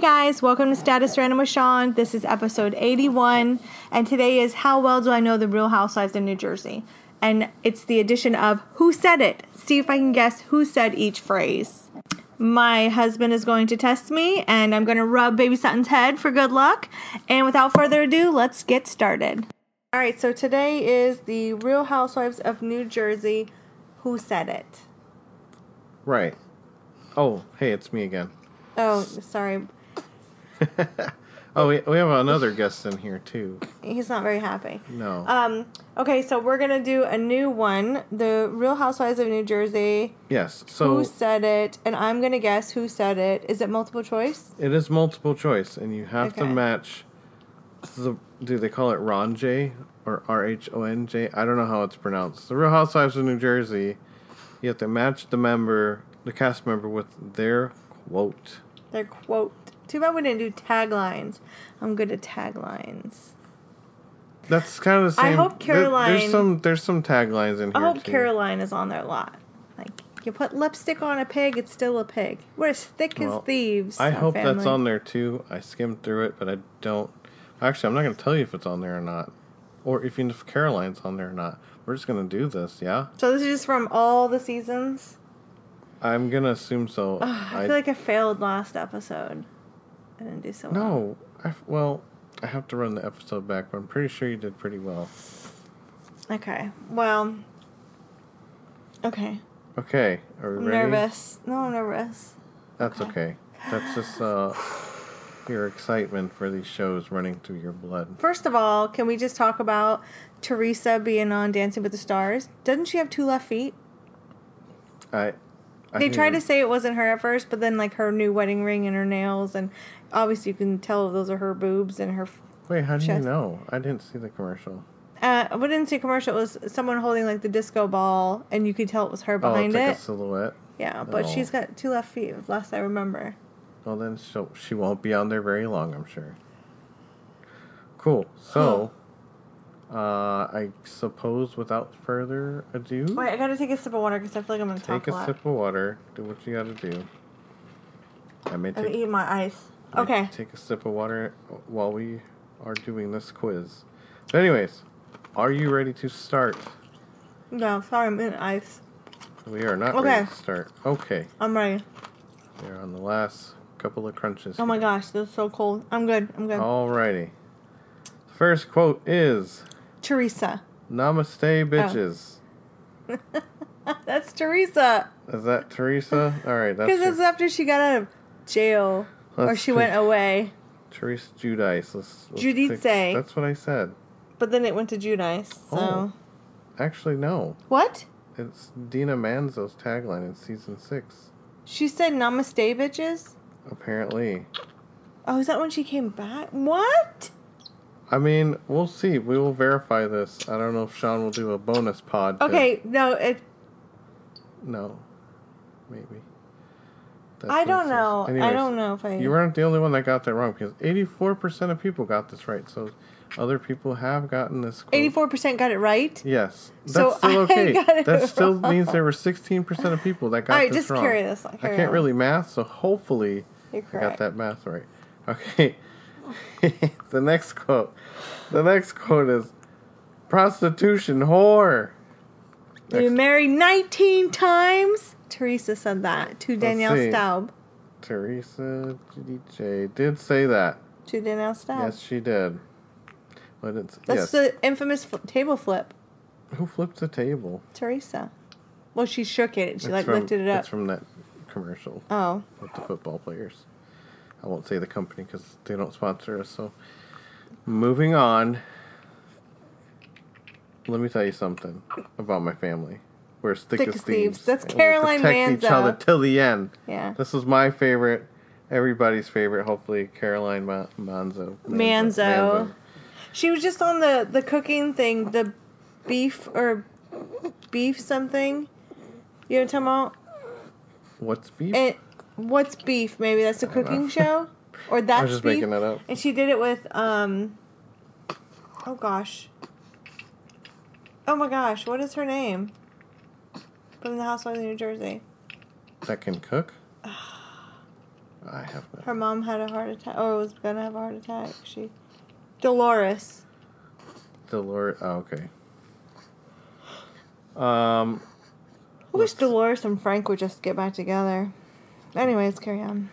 guys, welcome to Status Random with Sean. This is episode 81, and today is How Well Do I Know the Real Housewives of New Jersey? And it's the addition of Who Said It? See if I can guess who said each phrase. My husband is going to test me, and I'm going to rub Baby Sutton's head for good luck. And without further ado, let's get started. All right, so today is the Real Housewives of New Jersey Who Said It? Right. Oh, hey, it's me again. Oh, sorry. Oh, we, we have another guest in here too. He's not very happy. No. Um, okay, so we're gonna do a new one, the Real Housewives of New Jersey. yes. who So said it? And I'm gonna guess who said it. Is it multiple choice? it is multiple choice, and you have to Okay. match. The, do they call it Ron J or R H O N J? I don't know how it's pronounced. The Real Housewives of New Jersey. You have to match the member, the cast member, with their quote. Their quote. Too bad we didn't do taglines. I'm good at taglines. That's kind of the I same. hope there- Caroline- there's some. There's some taglines in here. I hope too. Caroline is on there a lot. Like you put lipstick on a pig, it's still a pig. We're as thick Well, as thieves. I our hope that's family. on there too. I skimmed through it, but I don't. Actually, I'm not going to tell you if it's on there or not, or if even if Caroline's on there or not. We're just going to do this, yeah. So this is just from all the seasons. I'm going to assume so. I, feel like I failed last episode. I didn't do so well. no. I f well, I have to run the episode back, but I'm pretty sure you did pretty well. Okay. Well. Okay. Okay, are we I'm ready? nervous. No, I'm nervous. That's okay. That's just uh, your excitement for these shows running through your blood. First of all, can we just talk about Teresa being on Dancing with the Stars? Doesn't she have two left feet? I. I They think tried to it- say it wasn't her at first, but then like her new wedding ring and her nails, and obviously you can tell those are her boobs and her. Wait, how do you chest. know? I didn't see the commercial. Uh, I didn't see a commercial. It was someone holding like the disco ball, and you could tell it was her Oh, behind it's like it. a silhouette. yeah, but Oh. she's got two left feet, last I remember. Well, then she'll, she won't be on there very long, I'm sure. Cool. So, uh, I suppose without further ado, Wait, I gotta take a sip of water because I feel like I'm gonna take talk a a lot. sip of water. Do what you gotta do. I may I'm take, eating my ice. may Okay. take a sip of water while we are doing this quiz. But, anyways, are you ready to start? No, sorry, I'm in ice. We are not Okay. ready to start. Okay. I'm ready. We're on the last couple of crunches. Oh my here. gosh, this is so cold. I'm good. I'm good. Oh. Alrighty. The first quote is. Teresa. Oh. Namaste, bitches. That's Teresa. Is that Teresa? All right, that's Because that's your- after she got out of jail. or That's she true. went away. Teresa Judice. Let's, let's Judice. fix- That's what I said. But then it went to Judice. So. Oh. Actually, no. What? It's Dina Manzo's tagline in season six. She said namaste, bitches? Apparently, Oh, is that when she came back? What? I mean, we'll see. We will verify this. I don't know if Sean will do a bonus pod. to- Okay, no, it. No, maybe. That's I what it don't says. know. I Anyways, don't know if I. You weren't the only one that got that wrong because eighty-four percent of people got this right. So, other people have gotten this. quote. 84% got it right? Yes, that's So still I okay. got it That still wrong. means there were sixteen percent of people that got All right, this just wrong. carry this. I carry can't on. really math, so hopefully You're I got correct. that math right. Okay, the next quote. The next quote is prostitution whore. You Next- married 19 times? Teresa said that to Danielle see. Staub. Teresa GDJ did say that. To Danielle Staub. Yes, she did. But it's yes. That's the infamous fl- table flip. Who flipped the table? Teresa. Well, she shook it. She It's like from- lifted it up. It's from that commercial. oh, with the football players. I won't say the company because they don't sponsor us. So, moving on. Let me tell you something about my family. We're as thick, Thick as, as thieves. thieves. That's and we Caroline protect Manzo. each other till the end. yeah. This is my favorite. Everybody's favorite. Hopefully, Caroline Ma- Manzo. Manzo. She was just on the the cooking thing, the beef or beef something. You know what I'm talking What's beef? about? It, what's beef? Maybe that's a don't know. cooking show, or I that's was just beef. making that up. And she did it with um. Oh gosh. Oh my gosh! What is her name? From the Housewives of New Jersey. That can cook. I have not. Her mom had a heart attack, or was gonna have a heart attack. She, Dolores. Dolores. Oh, okay. Um, I wish Dolores and Frank would just get back together. Anyways, carry on.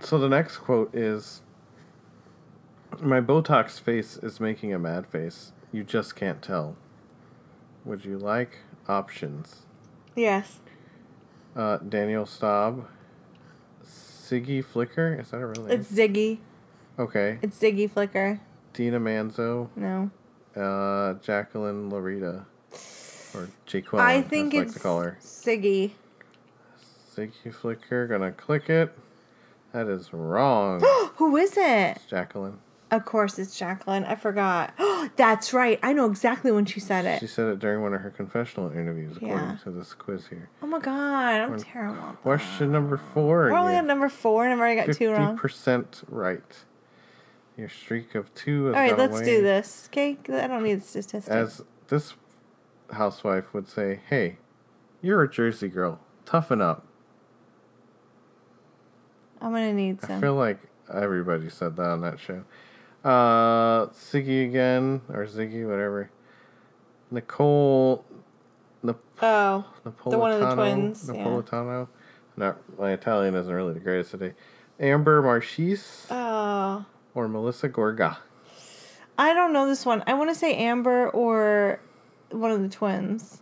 so the next quote is My Botox face is making a mad face. You just can't tell. Would you like options? Yes. Uh, Daniel Staub. Siggy Flicker? Is that a real name? It's Ziggy. okay. It's Ziggy Flicker. Dina Manzo. No. Uh, Jacqueline Lorita. Or Jaqueline. I think as I like it's to call her. Siggy. Siggy Flicker. Gonna click it. That is wrong, Who is it? Jacqueline. Of course, it's Jacqueline. I forgot. That's right. I know exactly when she said it. She said it during one of her confessional interviews, according Yeah. to this quiz here. oh my god, I'm terrible. Question number four. We're only you on number four, and I've already got two wrong. percent right. Your streak of two. Has All right, gone let's away. do this. Okay, I don't need statistics. As this housewife would say, "Hey, you're a Jersey girl. Toughen up." I'm gonna need I some. feel like everybody said that on that show. Uh, Ziggy again, or Ziggy, whatever. Nicole. Nap- oh, Napolitano. one of the twins, yeah. Napolitano. Not my Italian isn't really the greatest today. Amber Marchese oh, or Melissa Gorga. I don't know this one. I want to say Amber or one of the twins.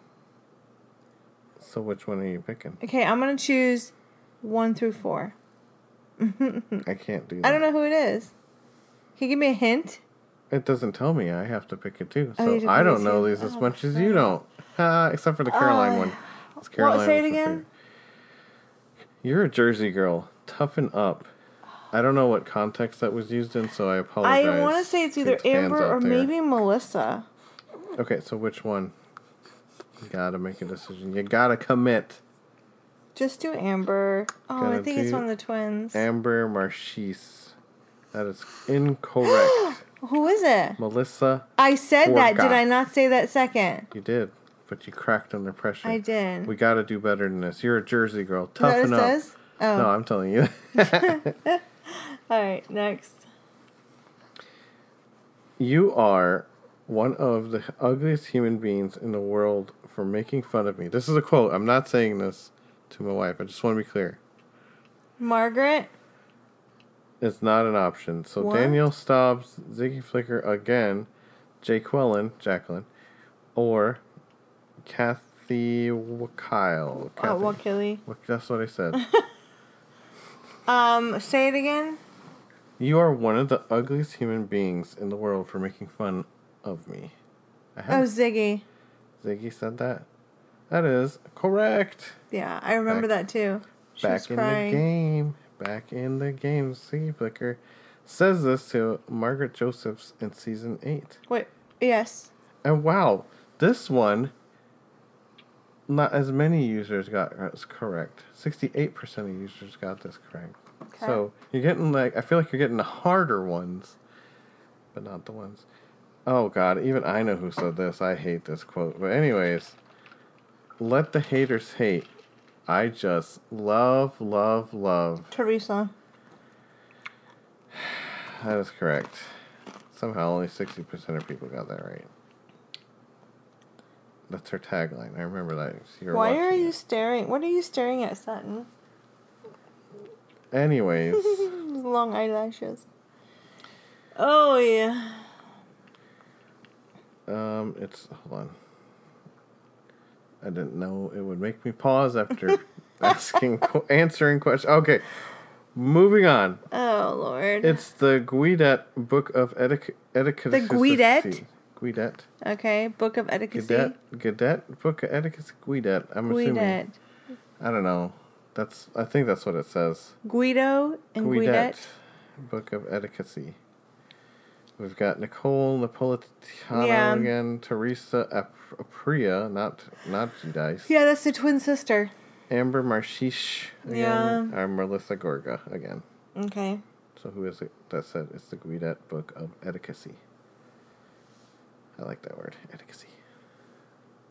So which one are you picking? Okay, I'm gonna choose one through four. I can't do. That. Mm. I don't know who it is. Can you give me a hint? It doesn't tell me. I have to pick it too. Oh, So you didn't I pick it don't know too? these as Oh, much as you crap. don't. Ha, Except for the Caroline Oh. one. It's say it was my again? favorite. You're a Jersey girl. Toughen up. I don't know what context that was used in, so I apologize. I want to say it's either its fans Amber out or there. maybe Melissa. Okay, so which one? You gotta make a decision. You gotta commit. Just do Amber. Oh, I Gotta think it's do one of the twins. Amber Marchese. That is incorrect. Who is it? Melissa, I said that. Did Orca. I not say that second? you did, but you cracked under pressure. I did. We gotta do better than this. You're a Jersey girl. Is that what Toughen it up. says? Oh, No, I'm telling you. all right. Next. you are one of the ugliest human beings in the world for making fun of me. This is a quote. I'm not saying this to my wife. I just want to be clear. Margaret. It's not an option. So What? Daniel Staub's Ziggy Flicker again, Jaqueline, Jacqueline, or Kathy Oh, Wakile. Kathy- Wakili. Wak- That's what I said. Um, say it again. you are one of the ugliest human beings in the world for making fun of me. I Oh, have Ziggy. Ziggy said that. That is correct. Yeah, I remember that too. She was Back in crying. the game. Back in the game. Ziggy Flicker says this to Margaret Josephs in season eight. Wait. Yes. And wow, this one, not as many users got this correct. 68% of users got this correct. Okay. So you're getting like, I feel like you're getting the harder ones, but not the ones. Oh God, even I know who said this. I hate this quote. But, anyways, let the haters hate. I just love, love, love. Teresa. That is correct. Somehow only 60% of people got that right. That's her tagline. I remember that. You were Why are watching you it. staring? What are you staring at, Sutton? Anyways, Long eyelashes. Oh yeah. um, it's. Hold on. I didn't know it would make me pause after asking, qu- answering questions. Okay, moving on. Oh lord. It's the Guidette Book of Etic- Etiquette. The Guidette? Guidette. okay. Book of etiquette. Guidette. Guidette. Book of Etiquette. Guidette. I'm assuming. Guidette. I don't know. That's. I think that's what it says. Guido and Guidette. Book of Etiquette. We've got Nicole Napolitano Yeah. again, Teresa Ap- Apria, not not Giudice, Yeah, that's the twin sister. Amber Marchish again, or Melissa Gorga again. Okay. So who is it that said it's the Guidette Book of Etiquette? I like that word, etiquette.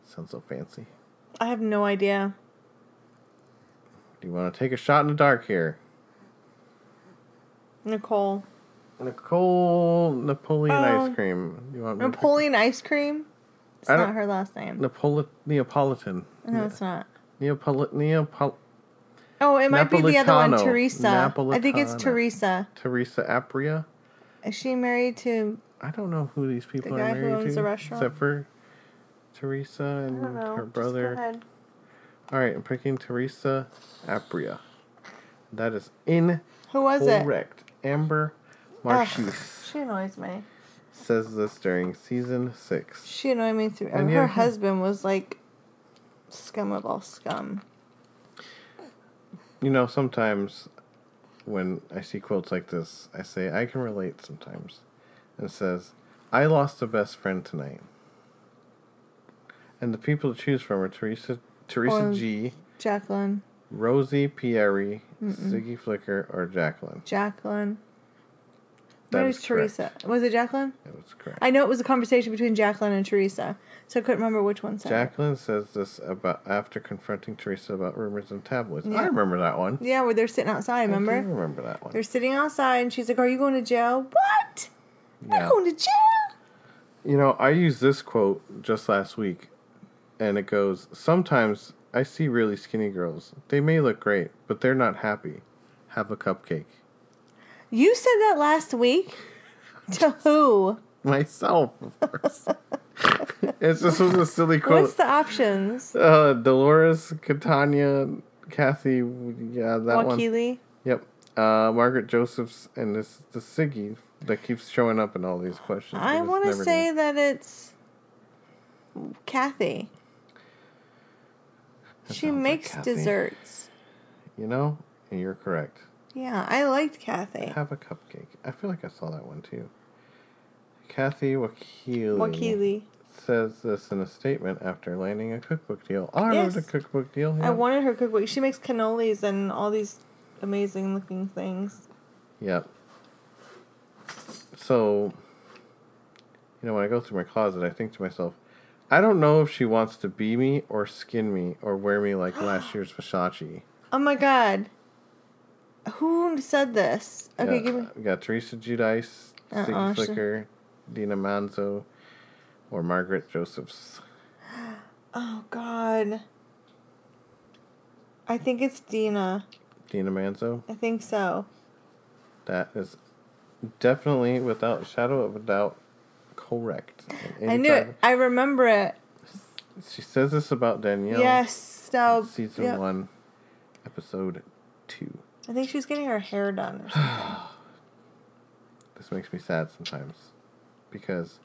Sounds so fancy. I have no idea. Do you want to take a shot in the dark here? Nicole. Nicole Napoleon Oh. ice cream. You want me to pick- Napoleon ice cream. It's I not don't- her last name. No, Napoli- Neapolitan. it's not. Neapoli- Neapol- Oh, it might be the other one, Napolitano. Teresa. I think it's Napolitano. Teresa. Teresa Apria. Is she married to? I don't know who these people The are guy who married owns to, the restaurant? except for Teresa I and don't know. her Just go brother. ahead. All right, I'm picking Teresa Apria. That is incorrect. Who was it? Amber Ugh, Marchese she annoys me. says this during season six. She annoyed me through. And her yeah. husband was like scum of all scum. You know, sometimes when I see quotes like this, I say I can relate sometimes. It says, "I lost a best friend tonight," and the people to choose from are Teresa Teresa Or- G. Jacqueline. Rosie Pieri, Ziggy Flicker, or Jacqueline. Jacqueline. That What is is Teresa? Was it Jacqueline? That was correct. I know it was a conversation between Jacqueline and Teresa, so I couldn't remember which one said. it. Jacqueline says this about after confronting Teresa about rumors and tabloids. Yeah. I remember that one. Yeah, where they're sitting outside. Remember? I do remember that one. They're sitting outside, and she's like, "Are you going to jail? What? I'm Yeah. not going to jail." You know, I used this quote just last week, and it goes Sometimes I see really skinny girls. They may look great, but they're not happy. Have a cupcake. You said that last week. to who? Myself, of course. it's just was a silly quote. What's the options? uh, Dolores, Catania, Kathy, yeah, that one. Wakili. Yep. Uh, Margaret Josephs and this the Siggy that keeps showing up in all these questions. I but it's want to never say gonna- that it's Kathy. she sounds like makes Kathy. desserts. you know, and you're correct. Yeah, I liked Kathy. Have a cupcake. I feel like I saw that one too. Kathy Wakili, Wakili. says this in a statement after landing a cookbook deal. Oh, I Yes. wrote a cookbook deal. Yeah. I wanted her cookbook. She makes cannolis and all these amazing looking things. Yep. So, you know, when I go through my closet, I think to myself, I don't know if she wants to be me or skin me or wear me like last year's Versace. Oh my god. Who said this? Okay, got, give me. We got Teresa Giudice, Uh-uh, Ziggy she- Flicker, Dina Manzo, or Margaret Josephs. Oh god. I think it's Dina. Dina Manzo. I think so. That is definitely, without a shadow of a doubt, correct. And I knew it. anytime- I remember it. She says this about Danielle. Yes. So Season yep. one, episode two. I think she was getting her hair done. or something. This makes me sad sometimes because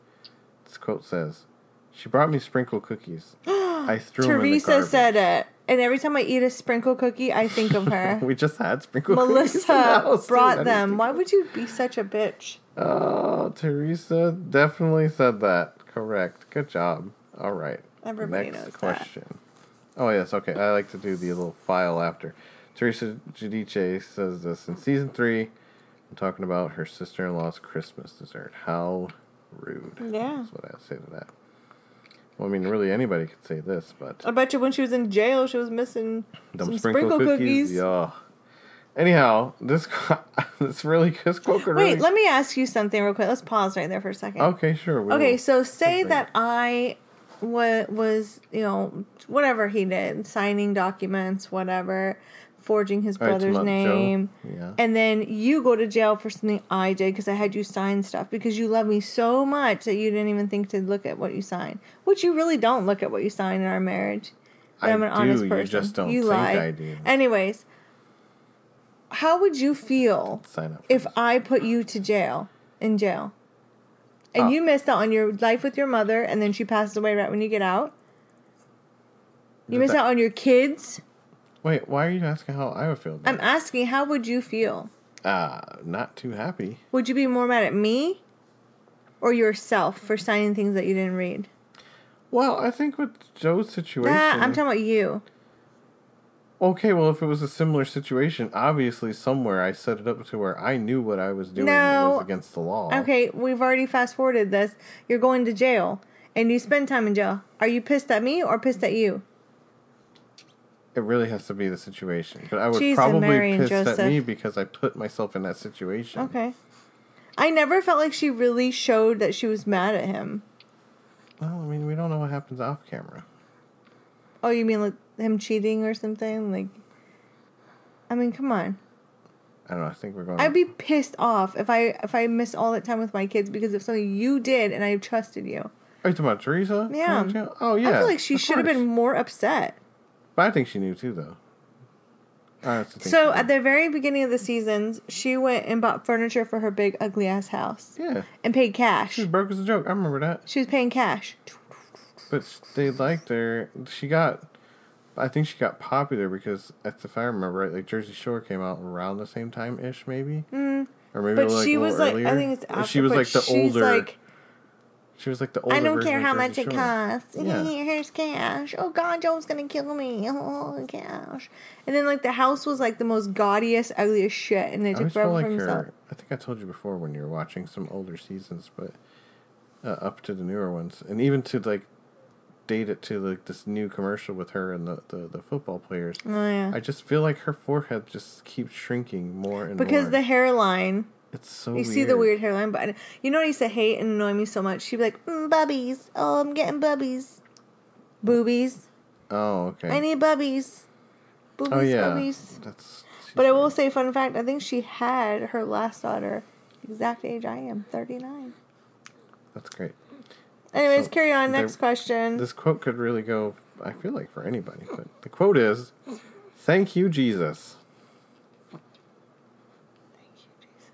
this quote says, "She brought me sprinkle cookies. I threw them in the Teresa garbage." said it. And every time I eat a sprinkle cookie, I think of her. We just had sprinkle cookies. in the Melissa house, too. That brought is them. the- Why would you be such a bitch? Oh, Teresa definitely said that. Correct. Good job. All right. Everybody Next knows that. question. Oh yes. Okay. I like to do the little file after. Teresa Giudice says this in season three. I'm talking about her sister-in-law's Christmas dessert. How rude. Yeah. That's what I say to that. Well, I mean, really, anybody could say this, but I bet you when she was in jail, she was missing them Oh, some sprinkle, cookies. yeah. Anyhow, this this really this quote could Wait, really. let me ask you something real quick. Let's pause right there for a second. okay, sure. we Okay, will. so say Something. that I wa- was, you know, whatever he did, signing documents, whatever, forging his All right, brother's Tomo- Joe? name. Yeah. And then you go to jail for something I did because I had you sign stuff because you love me so much that you didn't even think to look at what you signed, which you really don't look at what you sign in our marriage. But I am an do, honest you person. just don't You think lie. I do. Anyways, how would you feel Sign up. for if this. I put you to jail in jail, and Oh. you missed out on your life with your mother, and then she passes away right when you get out, you Did miss that- out on your kids. Wait, why are you asking how I would feel? I'm asking, how would you feel? uh, not too happy. Would you be more mad at me or yourself for signing things that you didn't read? Well, I think with Joe's situation. That, I'm talking about you. okay, well, if it was a similar situation, obviously somewhere I set it up to where I knew what I was doing No. was against the law. Okay, we've already fast forwarded this. You're going to jail, and you spend time in jail. Are you pissed at me or pissed at you? it really has to be the situation. But I would Jeez, and probably Mary be and pissed at Joseph. me because I put myself in that situation. Okay. I never felt like she really showed that she was mad at him. Well, I mean, we don't know what happens off camera. Oh, you mean like him cheating or something? Like, I mean, come on. I don't know. I think we're going. I'd be pissed off if I if I missed all that time with my kids because of something you did and I trusted you. Are you talking about Teresa? Yeah. Going to jail? Oh yeah. I feel like she of should have course. been more upset. But I think she knew too, though. I honestly think So she at the very beginning of the seasons, she went and bought furniture for her big ugly ass house did. yeah, and paid cash. she was broke as a joke. I remember that. She was paying cash. But they liked her. She got, I think she got popular because, if if I remember right, like Jersey Shore came out around the same time ish, maybe. Mm. Or maybe But like she a was little like, earlier. I think it's Or after, she was but like the she's older. like, she was like the older. I don't version care of how Jersey much it Shore. costs. Yeah. Here's cash. Oh God, Joe's gonna kill me. Oh cash. And then like the house was like the most gaudiest, ugliest shit, and they I took always feel forever like for himself. her. I think I told you before when you were watching some older seasons, but uh, up to the newer ones, and even to like date it to like this new commercial with her and the the, the football players. Oh yeah, I just feel like her forehead just keeps shrinking more and because more. the hairline. it's so You see the weird hairline, but I- you know what I used to hate and annoy me so much? She'd be like, mm, bubbies. Oh, I'm getting bubbies. Boobies. Oh okay. I need bubbies. Boobies, oh yeah. boobies. That's. she's But I will weird. say, fun fact, I think she had her last daughter exact age I am, 39. That's great. Anyways, So, carry on. there- Next question. This quote could really go. I feel like for anybody, but the quote is, "Thank you, Jesus."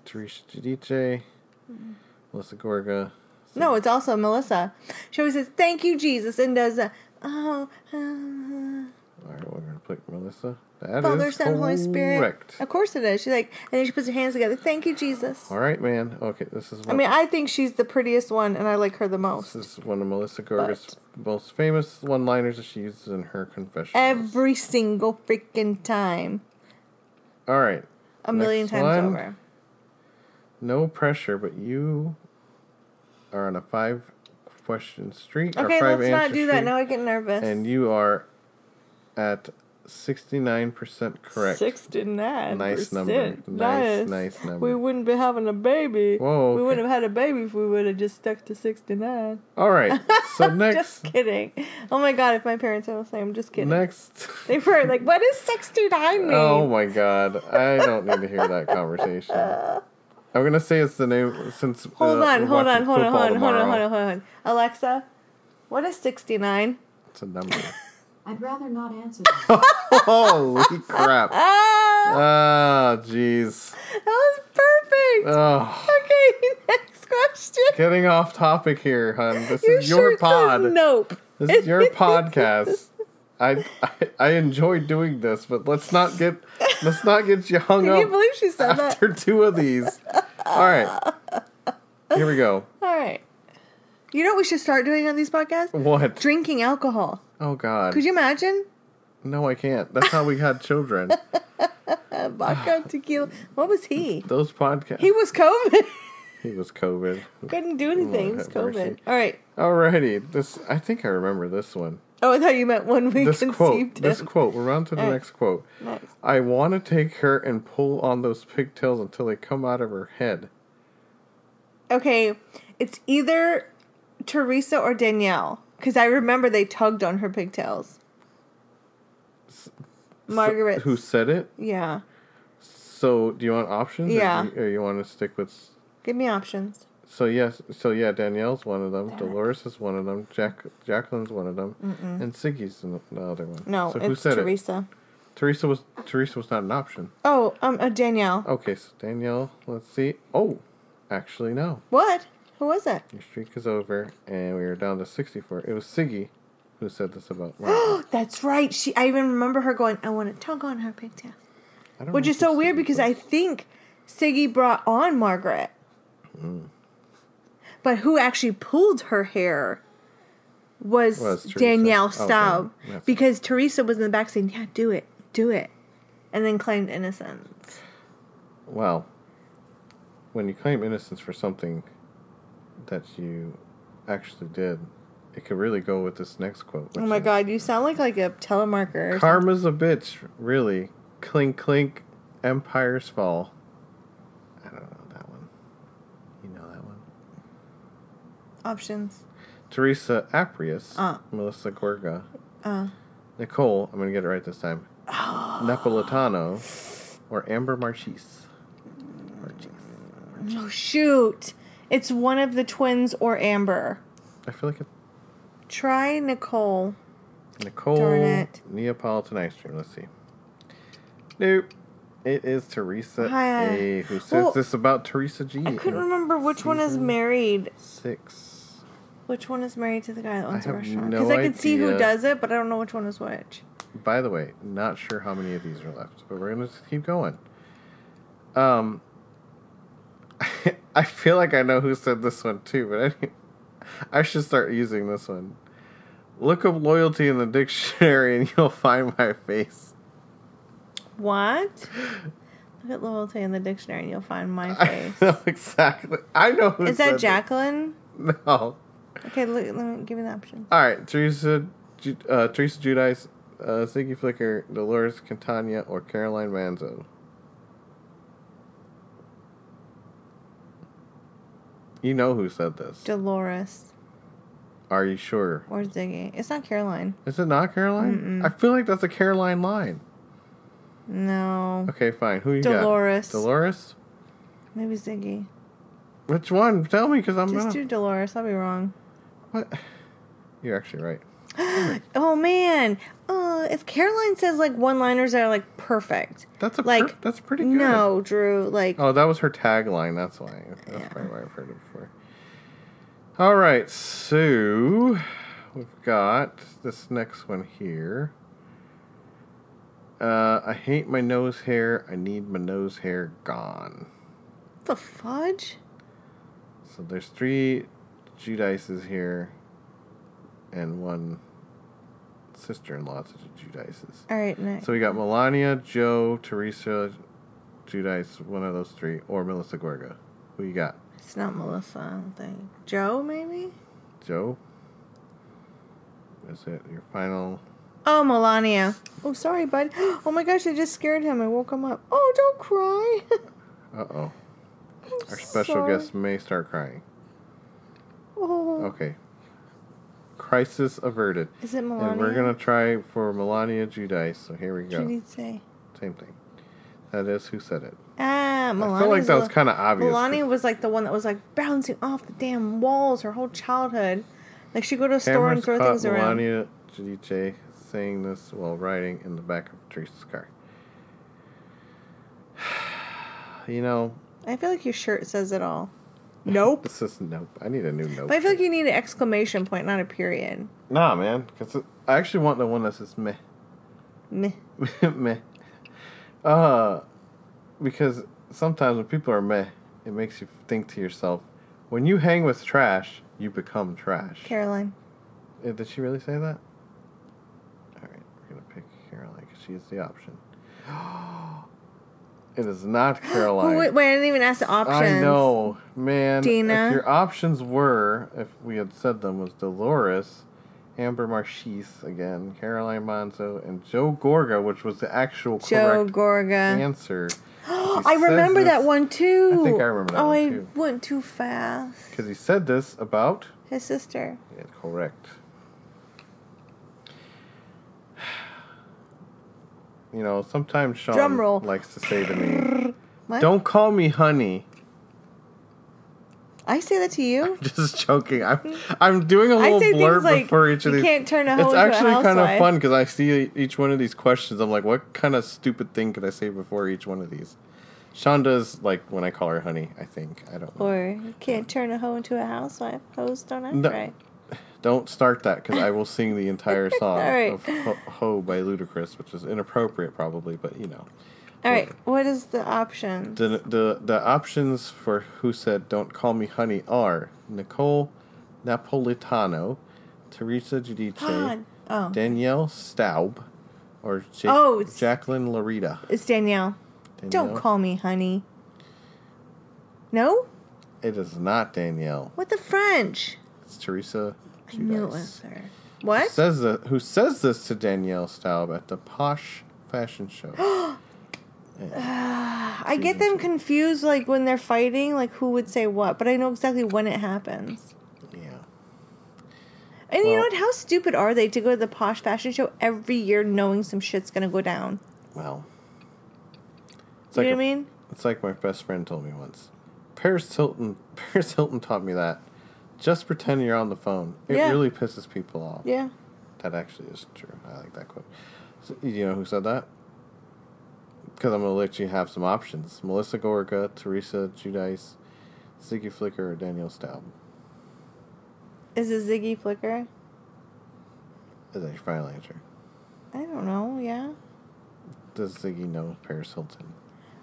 Teresa Giudice, Mm-hmm. Melissa Gorga. no, it's also Melissa. She always says, thank you, Jesus, and does a, oh, uh, All right, we're gonna pick Melissa. That is Father, Son, Holy Spirit. correct. Of course it is. She's like, and then she puts her hands together. Thank you, Jesus. All right, man. Okay, this is. What, I mean, I think she's the prettiest one, and I like her the this most. is one of Melissa Gorga's most famous one-liners that she uses in her confession. Every single freaking time. All right. A million Next times one. over. No pressure, but you are on a five-question streak. or Okay, five let's not answer do that. streak, Now I get nervous. And you are at sixty-nine percent correct. 69 Nice number. Nice, nice number. We wouldn't be having a baby. Whoa, We okay. wouldn't have had a baby if we would have just stuck to 69. All right. So Just next, kidding. Oh my god, if my parents ever say, I'm just kidding. next. They were like, what does 69 mean? Oh my god, I don't need to hear that conversation. I'm gonna say it's the name since. hold uh, on, we're hold on, watching hold on, hold football on, hold on, tomorrow. hold on, hold on. Alexa, what is 69? It's a number. I'd rather not answer that. Holy crap! Ah! Ah, jeez. That was perfect. Oh, okay, next question. getting off topic here, hon. This Your is your shirt pod. says nope. This is your podcast. I, I I enjoy doing this, but let's not get let's not get you hung Can up you believe she said that? after two of these. All right, here we go. All right. You know what we should start doing on these podcasts? What? Drinking alcohol. Oh God. Could you imagine? No, I can't. That's how we had children. Uh, vodka, tequila. What was he? Those podcasts. He He, was COVID. was COVID. Couldn't do anything. He Lord was have COVID. mercy. All right. Alrighty, this I think I remember this one. Oh, I thought you meant when we This conceived quote. him. This quote. We're on to the Alright. next quote. Nice. I want to take her and pull on those pigtails until they come out of her head. Okay, it's either Teresa or Danielle because I remember they tugged on her pigtails. S- Margaret. who said it? Yeah. So, do you want options? or Yeah. do you- Or you, want to stick with? Give me options. So yes. So yeah, Danielle's one of them. Dolores is one of them. Jack Jacqueline's one of them. And Siggy's the the other one. No, So it's it? Teresa. Teresa was Teresa was not an option. Oh, um, uh, Danielle. Okay, so Danielle, let's see. Oh, actually, no. What? Who was it? Your streak is over, and we are down to 64. It was Siggy who said this about Robin. That's right. She. I even remember her going. I want to tug on her pigtail, I don't which know is if so it's weird Siggy, because but- I think Siggy brought on Margaret, Hmm. but who actually pulled her hair was, Was Teresa. Danielle Oh, Staub Dan- yes. because Teresa was in the back saying, "Yeah, do it, do it," and then claimed innocence. Well, when you claim innocence for something that you actually did, it could really go with this next quote. Oh which my is, god, you sound like like a telemarketer. or Karma's a bitch, really. Clink, clink. Empires fall. I don't know that one. You know that one. something. Options. Teresa Aprius, Uh. Melissa Gorga, Uh, Nicole. I'm gonna get it right this time. Napolitano, or Amber Marchese. Marchese. oh shoot! It's one of the twins or Amber. I feel like it's Try Nicole. Nicole Darn it. Neapolitan ice cream. Let's see. Nope. It is Teresa Hi. A. Who says Well, this about Teresa G? I couldn't remember which one is Season. married. Six. Which one is married to the guy that owns I the have restaurant? no Because I can see who idea. does it, but I don't know which one is which. By the way, not sure how many of these are left, but we're gonna just keep going. Um, I feel like I know who said this one too, but I, didn't- I should start using this one. Look up loyalty in the dictionary, and you'll find my face. What? Look at loyalty in the dictionary, and you'll find my I face. know exactly. I know who Is said that this. Jacqueline? No. Okay, look, let me give me the option. All right, Teresa, Ju- uh, Teresa Judice, uh, Ziggy Flicker, Dolores Catania, or Caroline Manzo. You know who said this? Dolores Are you sure? or Ziggy? It's not Caroline. Is it not Caroline? Mm-mm. I feel like that's a Caroline line. No, Okay, fine. Who you Dolores. got? Dolores. Maybe Ziggy. Which one? Tell me, because I'm Just gonna. do Dolores. I'll be wrong. What? You're actually right. Oh man, uh, if Caroline says like one-liners that are like perfect, That's a Like, per- that's pretty good. no, Drew, like Oh, that was her tagline. That's why. That's Yeah. probably why I've heard it before. All right, so we've got this next one here. Uh, I hate my nose hair. I need my nose hair gone. the fudge. So there's three Judices here, and one sister-in-law to the Judices. All right, next. So we got Melania, Joe, Teresa, Judice, one of those three, or Melissa Gorga. Who you got? It's not Melissa, I don't think. Joe, maybe? Joe? Is it your final? Oh, Melania. Oh, sorry, bud. Oh my gosh, I just scared him. I woke him up. Oh, don't cry. Uh oh. Our special Sorry. guest may start crying. Oh. Okay. Crisis averted. Is it Melania? And we're going to try for Melania Judice. So here we go. What did he say? Same thing. That is who said it. Ah, Melania. I feel like that was kind of obvious. Melania was like the one that was like bouncing off the damn walls her whole childhood. Like she'd go to a store and Cameras throw caught things around. Melania Judice saying this while riding in the back of Teresa's car. You know, I feel like your shirt says it all. Nope. this is nope. I need a new nope. but I feel like you need an exclamation point, not a period. Nah, man. Cause it- I actually want the one that says meh, Meh. meh. Uh, because sometimes when people are meh, it makes you think to yourself, when you hang with trash, you become trash. Caroline. Uh, Did she really say that? All right, we're gonna pick Caroline because she is the option. it is not Caroline. Oh, wait, wait, I didn't even ask the options. I know, man. Dina. If your options were, if we had said them, was Dolores, Amber Marchese again, Caroline Monzo, and Joe Gorga, which was the actual Joe correct Gorga. answer. I remember that one too. I think I remember that Oh, one, I too. went too fast. Because he said this about. His sister. Yeah, correct. You know, sometimes Sean Drum roll. likes to say to me, What? "Don't call me honey." I say that to you? Just joking. I'm I'm doing a I little say things blurb like, before each of "You these. can't turn a hoe it's into a actually kind of housewife." fun because I see each one of these questions. I'm like, what kind of stupid thing could I say before each one of these? Sean does like when I call her honey. I think I don't. know. Or you can't turn a hoe into a housewife. Hoes don't act No. right. Don't start that because I will sing the entire song All right. of Ho-, "Ho" by Ludacris, which is inappropriate probably, but you know. All right, what is the option? The, the the options for who said "Don't call me honey" are Nicole Napolitano, Teresa Giudice, God. Oh, Danielle Staub, or ja- Oh, it's- Jacqueline Larita. it's Danielle. Don't Danielle? call me honey. No? It is not Danielle. What the French? It's Teresa. I you No guys. answer. What? Says the, who says this to Danielle Staub at the posh fashion show? Ah, I get them confused, like when they're fighting, like who would say what, but I know exactly when it happens. yeah. And you know Well- what? How stupid are they to go to the posh fashion show every year knowing some shit's gonna go down? Well. It's You know like what I a- mean? It's like my best friend told me once. Paris Hilton. Paris Hilton taught me that. Just pretend you're on the phone. It Yeah. really pisses people off. Yeah. That actually is true. I like that quote. So, you know who said that? Because I'm gonna let you have some options: Melissa Gorga, Teresa Judice, Ziggy Flicker, or Daniel Staub. Is it Ziggy Flicker? Is that your final answer? I don't know. Yeah. Does Ziggy know Paris Hilton?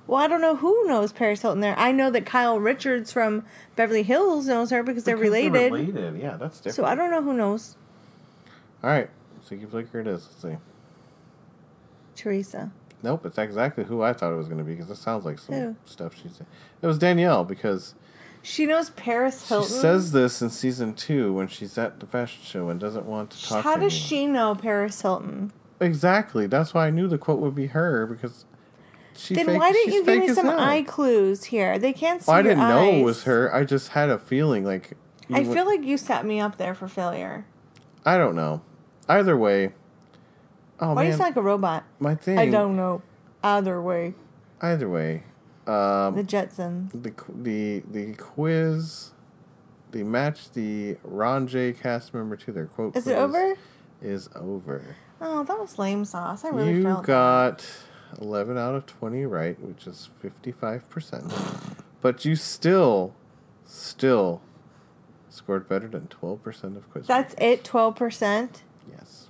Well, I don't know who knows Paris Hilton there. I know that Kyle Richards from Beverly Hills knows her because they're related. related, yeah, that's different. So I don't know who knows All right, Ziggy Flicker it is. Let's see. Teresa. Nope, it's exactly who I thought it was going to be because it sounds like some Who? stuff she said. It was Danielle because She knows Paris Hilton. she says this in season two when she's at the fashion show and doesn't want to talk. How to does anyone. she know Paris Hilton? Exactly. That's why I knew the quote would be her because she. Then fake- why didn't she's you give fake me as some hell. eye clues here? They can't see. Well, I your didn't know it was eyes. her. I just had a feeling like. you I would- feel like you set me up there for failure. I don't know. Either way. Oh Why do you man, sound like a robot? my thing. I don't know. Either way, Either way, the um, Jetsons. the qu- the the quiz, the match, the Ron J cast member to their quote. Is it quiz over? Is over. Oh, that was lame sauce. I really you felt. got 11 out of 20 right, which is 55%. but you still, still scored better than 12% of quiz. That's it. Twelve percent. Yes.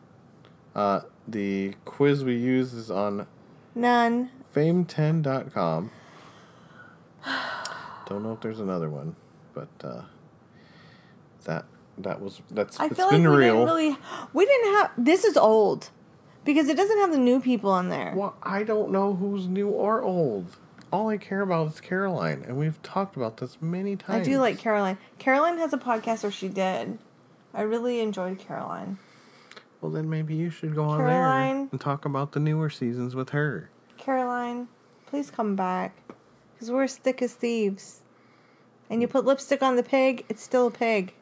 Uh, the quiz we use is on None. fame10.com. Don't know if there's another one, but uh, that that was that's I it's feel like been we real. didn't really. We didn't have. This is old, because it doesn't have the new people on there. Well, I don't know who's new or old. All I care about is Caroline, and we've talked about this many I times. do like Caroline. Caroline has a podcast, or she did. I really enjoyed Caroline. Well, then maybe you should go on there Caroline. and talk about the newer seasons with her. Caroline, please come back. Because we're as thick as thieves. And you put lipstick on the pig, it's still a pig.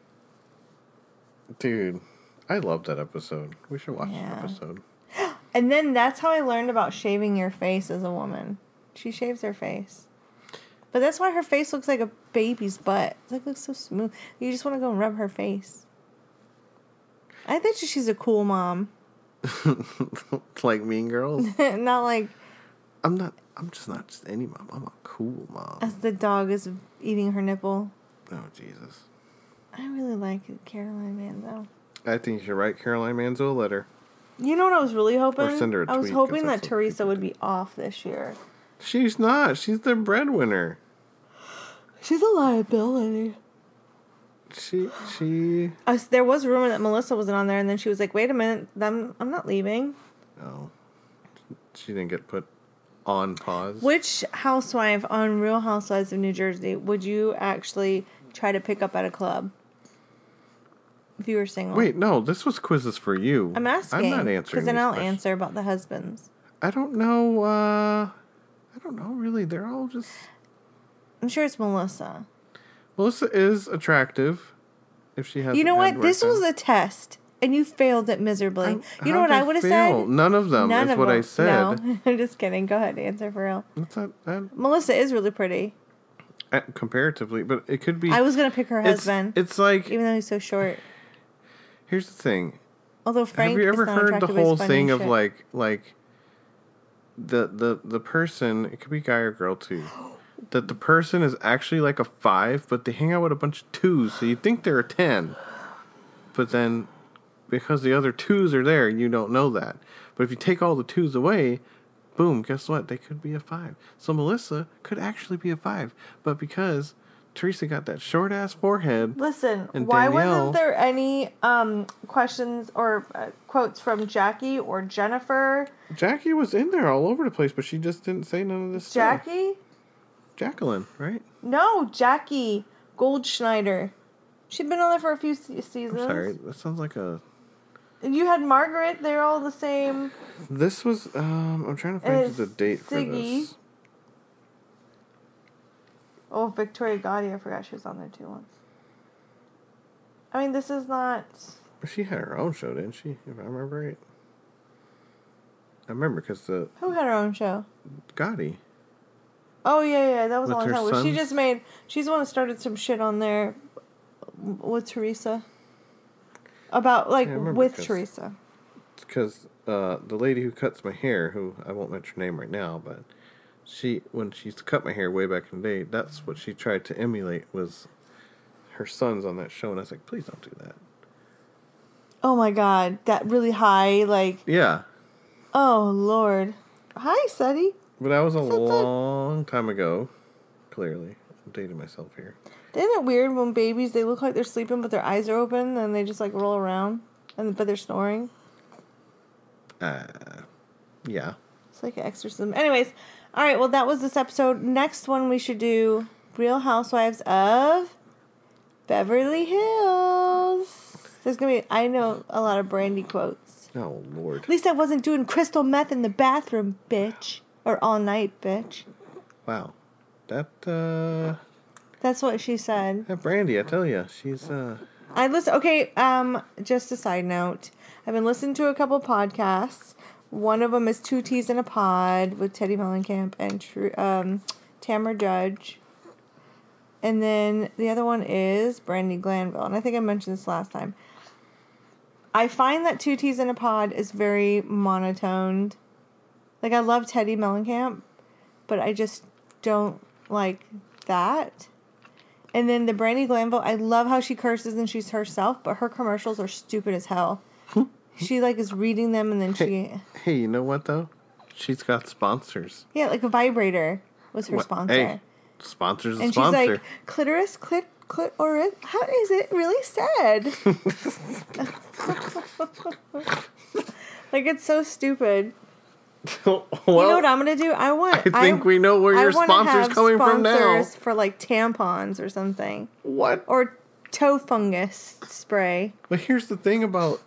Dude, I love that episode. We should watch Yeah. that episode. And then that's how I learned about shaving your face as a woman. She shaves her face. But that's why her face looks like a baby's butt. It's like looks so smooth. You just want to go and rub her face. I bet you she's a cool mom. like Mean Girls. Not like I'm not. I'm just not just any mom. I'm a cool mom. as the dog is eating her nipple. Oh Jesus! I really like Caroline Man though. I think you should write Caroline Manzo a letter. You know what I was really hoping? send her a I was tweet, 'cause hoping that's that what Teresa people would be off this year. She's not. She's the breadwinner. She's a liability. She she. Us, there was a rumor that Melissa wasn't on there, and then she was like, "Wait a minute, I'm I'm not leaving." Oh, she didn't get put on pause. Which housewife on Real Housewives of New Jersey would you actually try to pick up at a club if you were single? Wait, no, this was quizzes for you. I'm asking. I'm not answering. because then these I'll questions. answer about the husbands. I don't know. uh I don't know. Really, they're all just. I'm sure it's Melissa. Melissa is attractive. If she has. You know what? This was a test, and you failed it miserably. you know what I would have said? None of them is Um, what I said. No, I'm just kidding. Go ahead, answer for real. That's not, that- Melissa is really pretty. uh, comparatively, but it could be. I was gonna pick her it's- husband, It's, like even though he's so short. here's the thing. Although Frank, Have you is ever not heard the attractive, but he's whole funny thing as of shit. like like the the the person? It could be guy or girl too. That the person is actually like a five, but they hang out with a bunch of twos, so you think they're a ten. But then, because the other twos are there, you don't know that. But if you take all the twos away, boom! Guess what? They could be a five. So Melissa could actually be a five, but because Teresa got that short ass forehead, Listen, and why Danielle- wasn't there any um, questions or uh, quotes from Jackie or Jennifer? Jackie was in there all over the place, but she just didn't say none of this stuff. Jackie? Jacqueline, right? No, Jackie Goldschneider. She'd been on there for a few se- seasons. Sorry, that sounds like a. You had Margaret. They're all the same. This was. Um, I'm trying to And find it's the date for Siggy. this. Oh, Victoria Gotti. I forgot she was on there too once. I mean, this is not. But she had her own show, didn't she? If I remember right. I remember because the Who had her own show? Gotti. Oh yeah, yeah, that was a long With her time. ago. She sons? just made. She's the one that started some shit on there with Teresa. About like Yeah, I remember with 'cause- Teresa. because uh, the lady who cuts my hair, who I won't mention her name right now, but she when she used to cut my hair way back in the day, that's what she tried to emulate was her sons on that show, and I was like, please don't do that. Oh my god, that really high like. Yeah, Oh lord. Hi, Suddy. but that was a So it's a- long time ago. Clearly, I'm dating myself here. Isn't it weird when babies they look like they're sleeping but their eyes are open and they just like roll around and but they're snoring? Uh, yeah, It's like an exorcism. Anyways, all right. Well, that was this episode. Next one we should do Real Housewives of Beverly Hills. There's gonna be I know a lot of Brandy quotes. oh lord, At least I wasn't doing crystal meth in the bathroom, bitch, or all night, bitch. wow, that uh, That's what she said. that Brandy, I tell you, she's uh, I listen. Okay, um, just a side note. I've been listening to a couple podcasts. One of them is Two Teas in a Pod with Teddy Mellencamp and Tru- um, Tamara Judge. And then the other one is Brandy Glanville. And I think I mentioned this last time. I find that Two Teas in a Pod is very monotoned. Like, I love Teddy Mellencamp, but I just don't like that. And then the Brandy Glanville, I love how she curses and she's herself, but her commercials are stupid as hell. she like is reading them and then she Hmm. hey, you know what though, she's got sponsors. yeah, like a vibrator was her What- sponsor. Hey, sponsor's a and sponsor. she's like clitoris clit clit or how is it really said? like it's so stupid. well, you know what I'm gonna do? I want. I think we know where your wanna sponsor's have coming from now. sponsors For like tampons or something, what? or toe fungus spray, But here's the thing about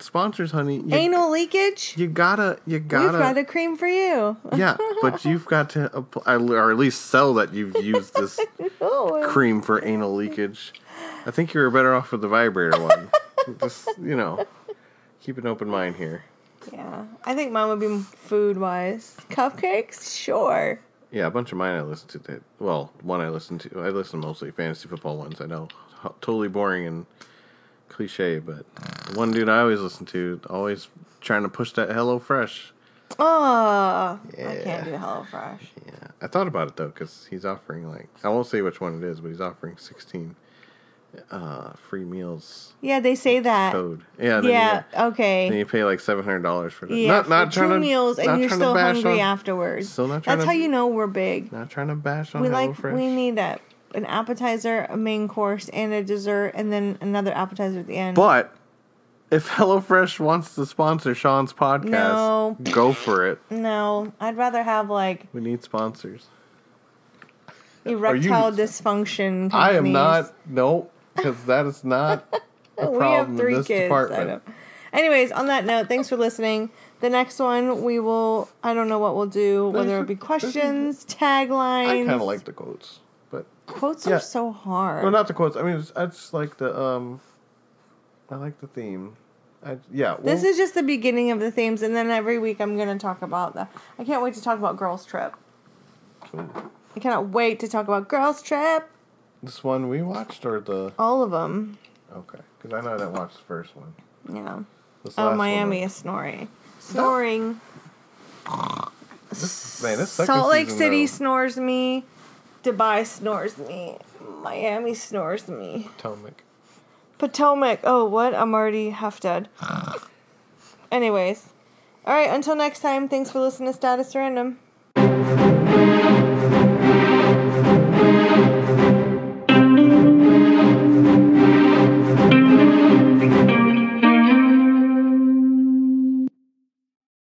sponsors, honey. You, anal leakage. you gotta, you We've gotta, got a cream for you. yeah. But you've got to, appl- or at least sell that you've used this Oh, cream for anal leakage. I think you were better off with the vibrator one. Just you know, keep an open mind here. yeah, I think mine would be food wise. Cupcakes, sure. Yeah, a bunch of mine I listened to. That, well, one I listened to. I listen mostly to fantasy football ones. I know, Ho- totally boring and cliche, but the one dude I always listen to, always trying to push that Hello Fresh. Oh, I Yeah. can't do HelloFresh. Yeah, I thought about it though, because he's offering like I won't say which one it is, but he's offering sixteen uh, free meals Yeah, they say that. code. Yeah, then Yeah. You, okay. then you pay like seven hundred dollars for that. yeah, not not for trying two to meals, not and you're trying still to bash hungry on, afterwards. Still not trying That's to- how you know we're big. Not trying to bash on we Hello like Fresh. we need a an appetizer, a main course, and a dessert, and then another appetizer at the end. But if HelloFresh wants to sponsor Sean's podcast, No. go for it. no, I'd rather have like We need sponsors. erectile dysfunction. Companies. I am not. No, because that is not a problem We have in three this kids. I department. don't. Anyways, on that note, thanks for listening. The next one we will. I don't know what we'll do. Whether it be questions, taglines. I kind of like the quotes, but quotes yeah. are so hard. well, not the quotes. I mean, it's, I just like the um. I like the theme. I, yeah. Well, This is just the beginning of the themes, and then every week I'm going to talk about the. I can't wait to talk about Girls Trip. I cannot wait to talk about Girls Trip. this one we watched or the All of them. okay because I know I didn't watch the first one. Yeah. This last Oh, one Miami was- is snoring. Snoring. man, this second Salt Lake season, City though, snores me. Dubai snores me. Miami snores me. Potomac. Potomac. Oh, what? I'm already half dead. Anyways. All right, until next time, thanks for listening to Status Random.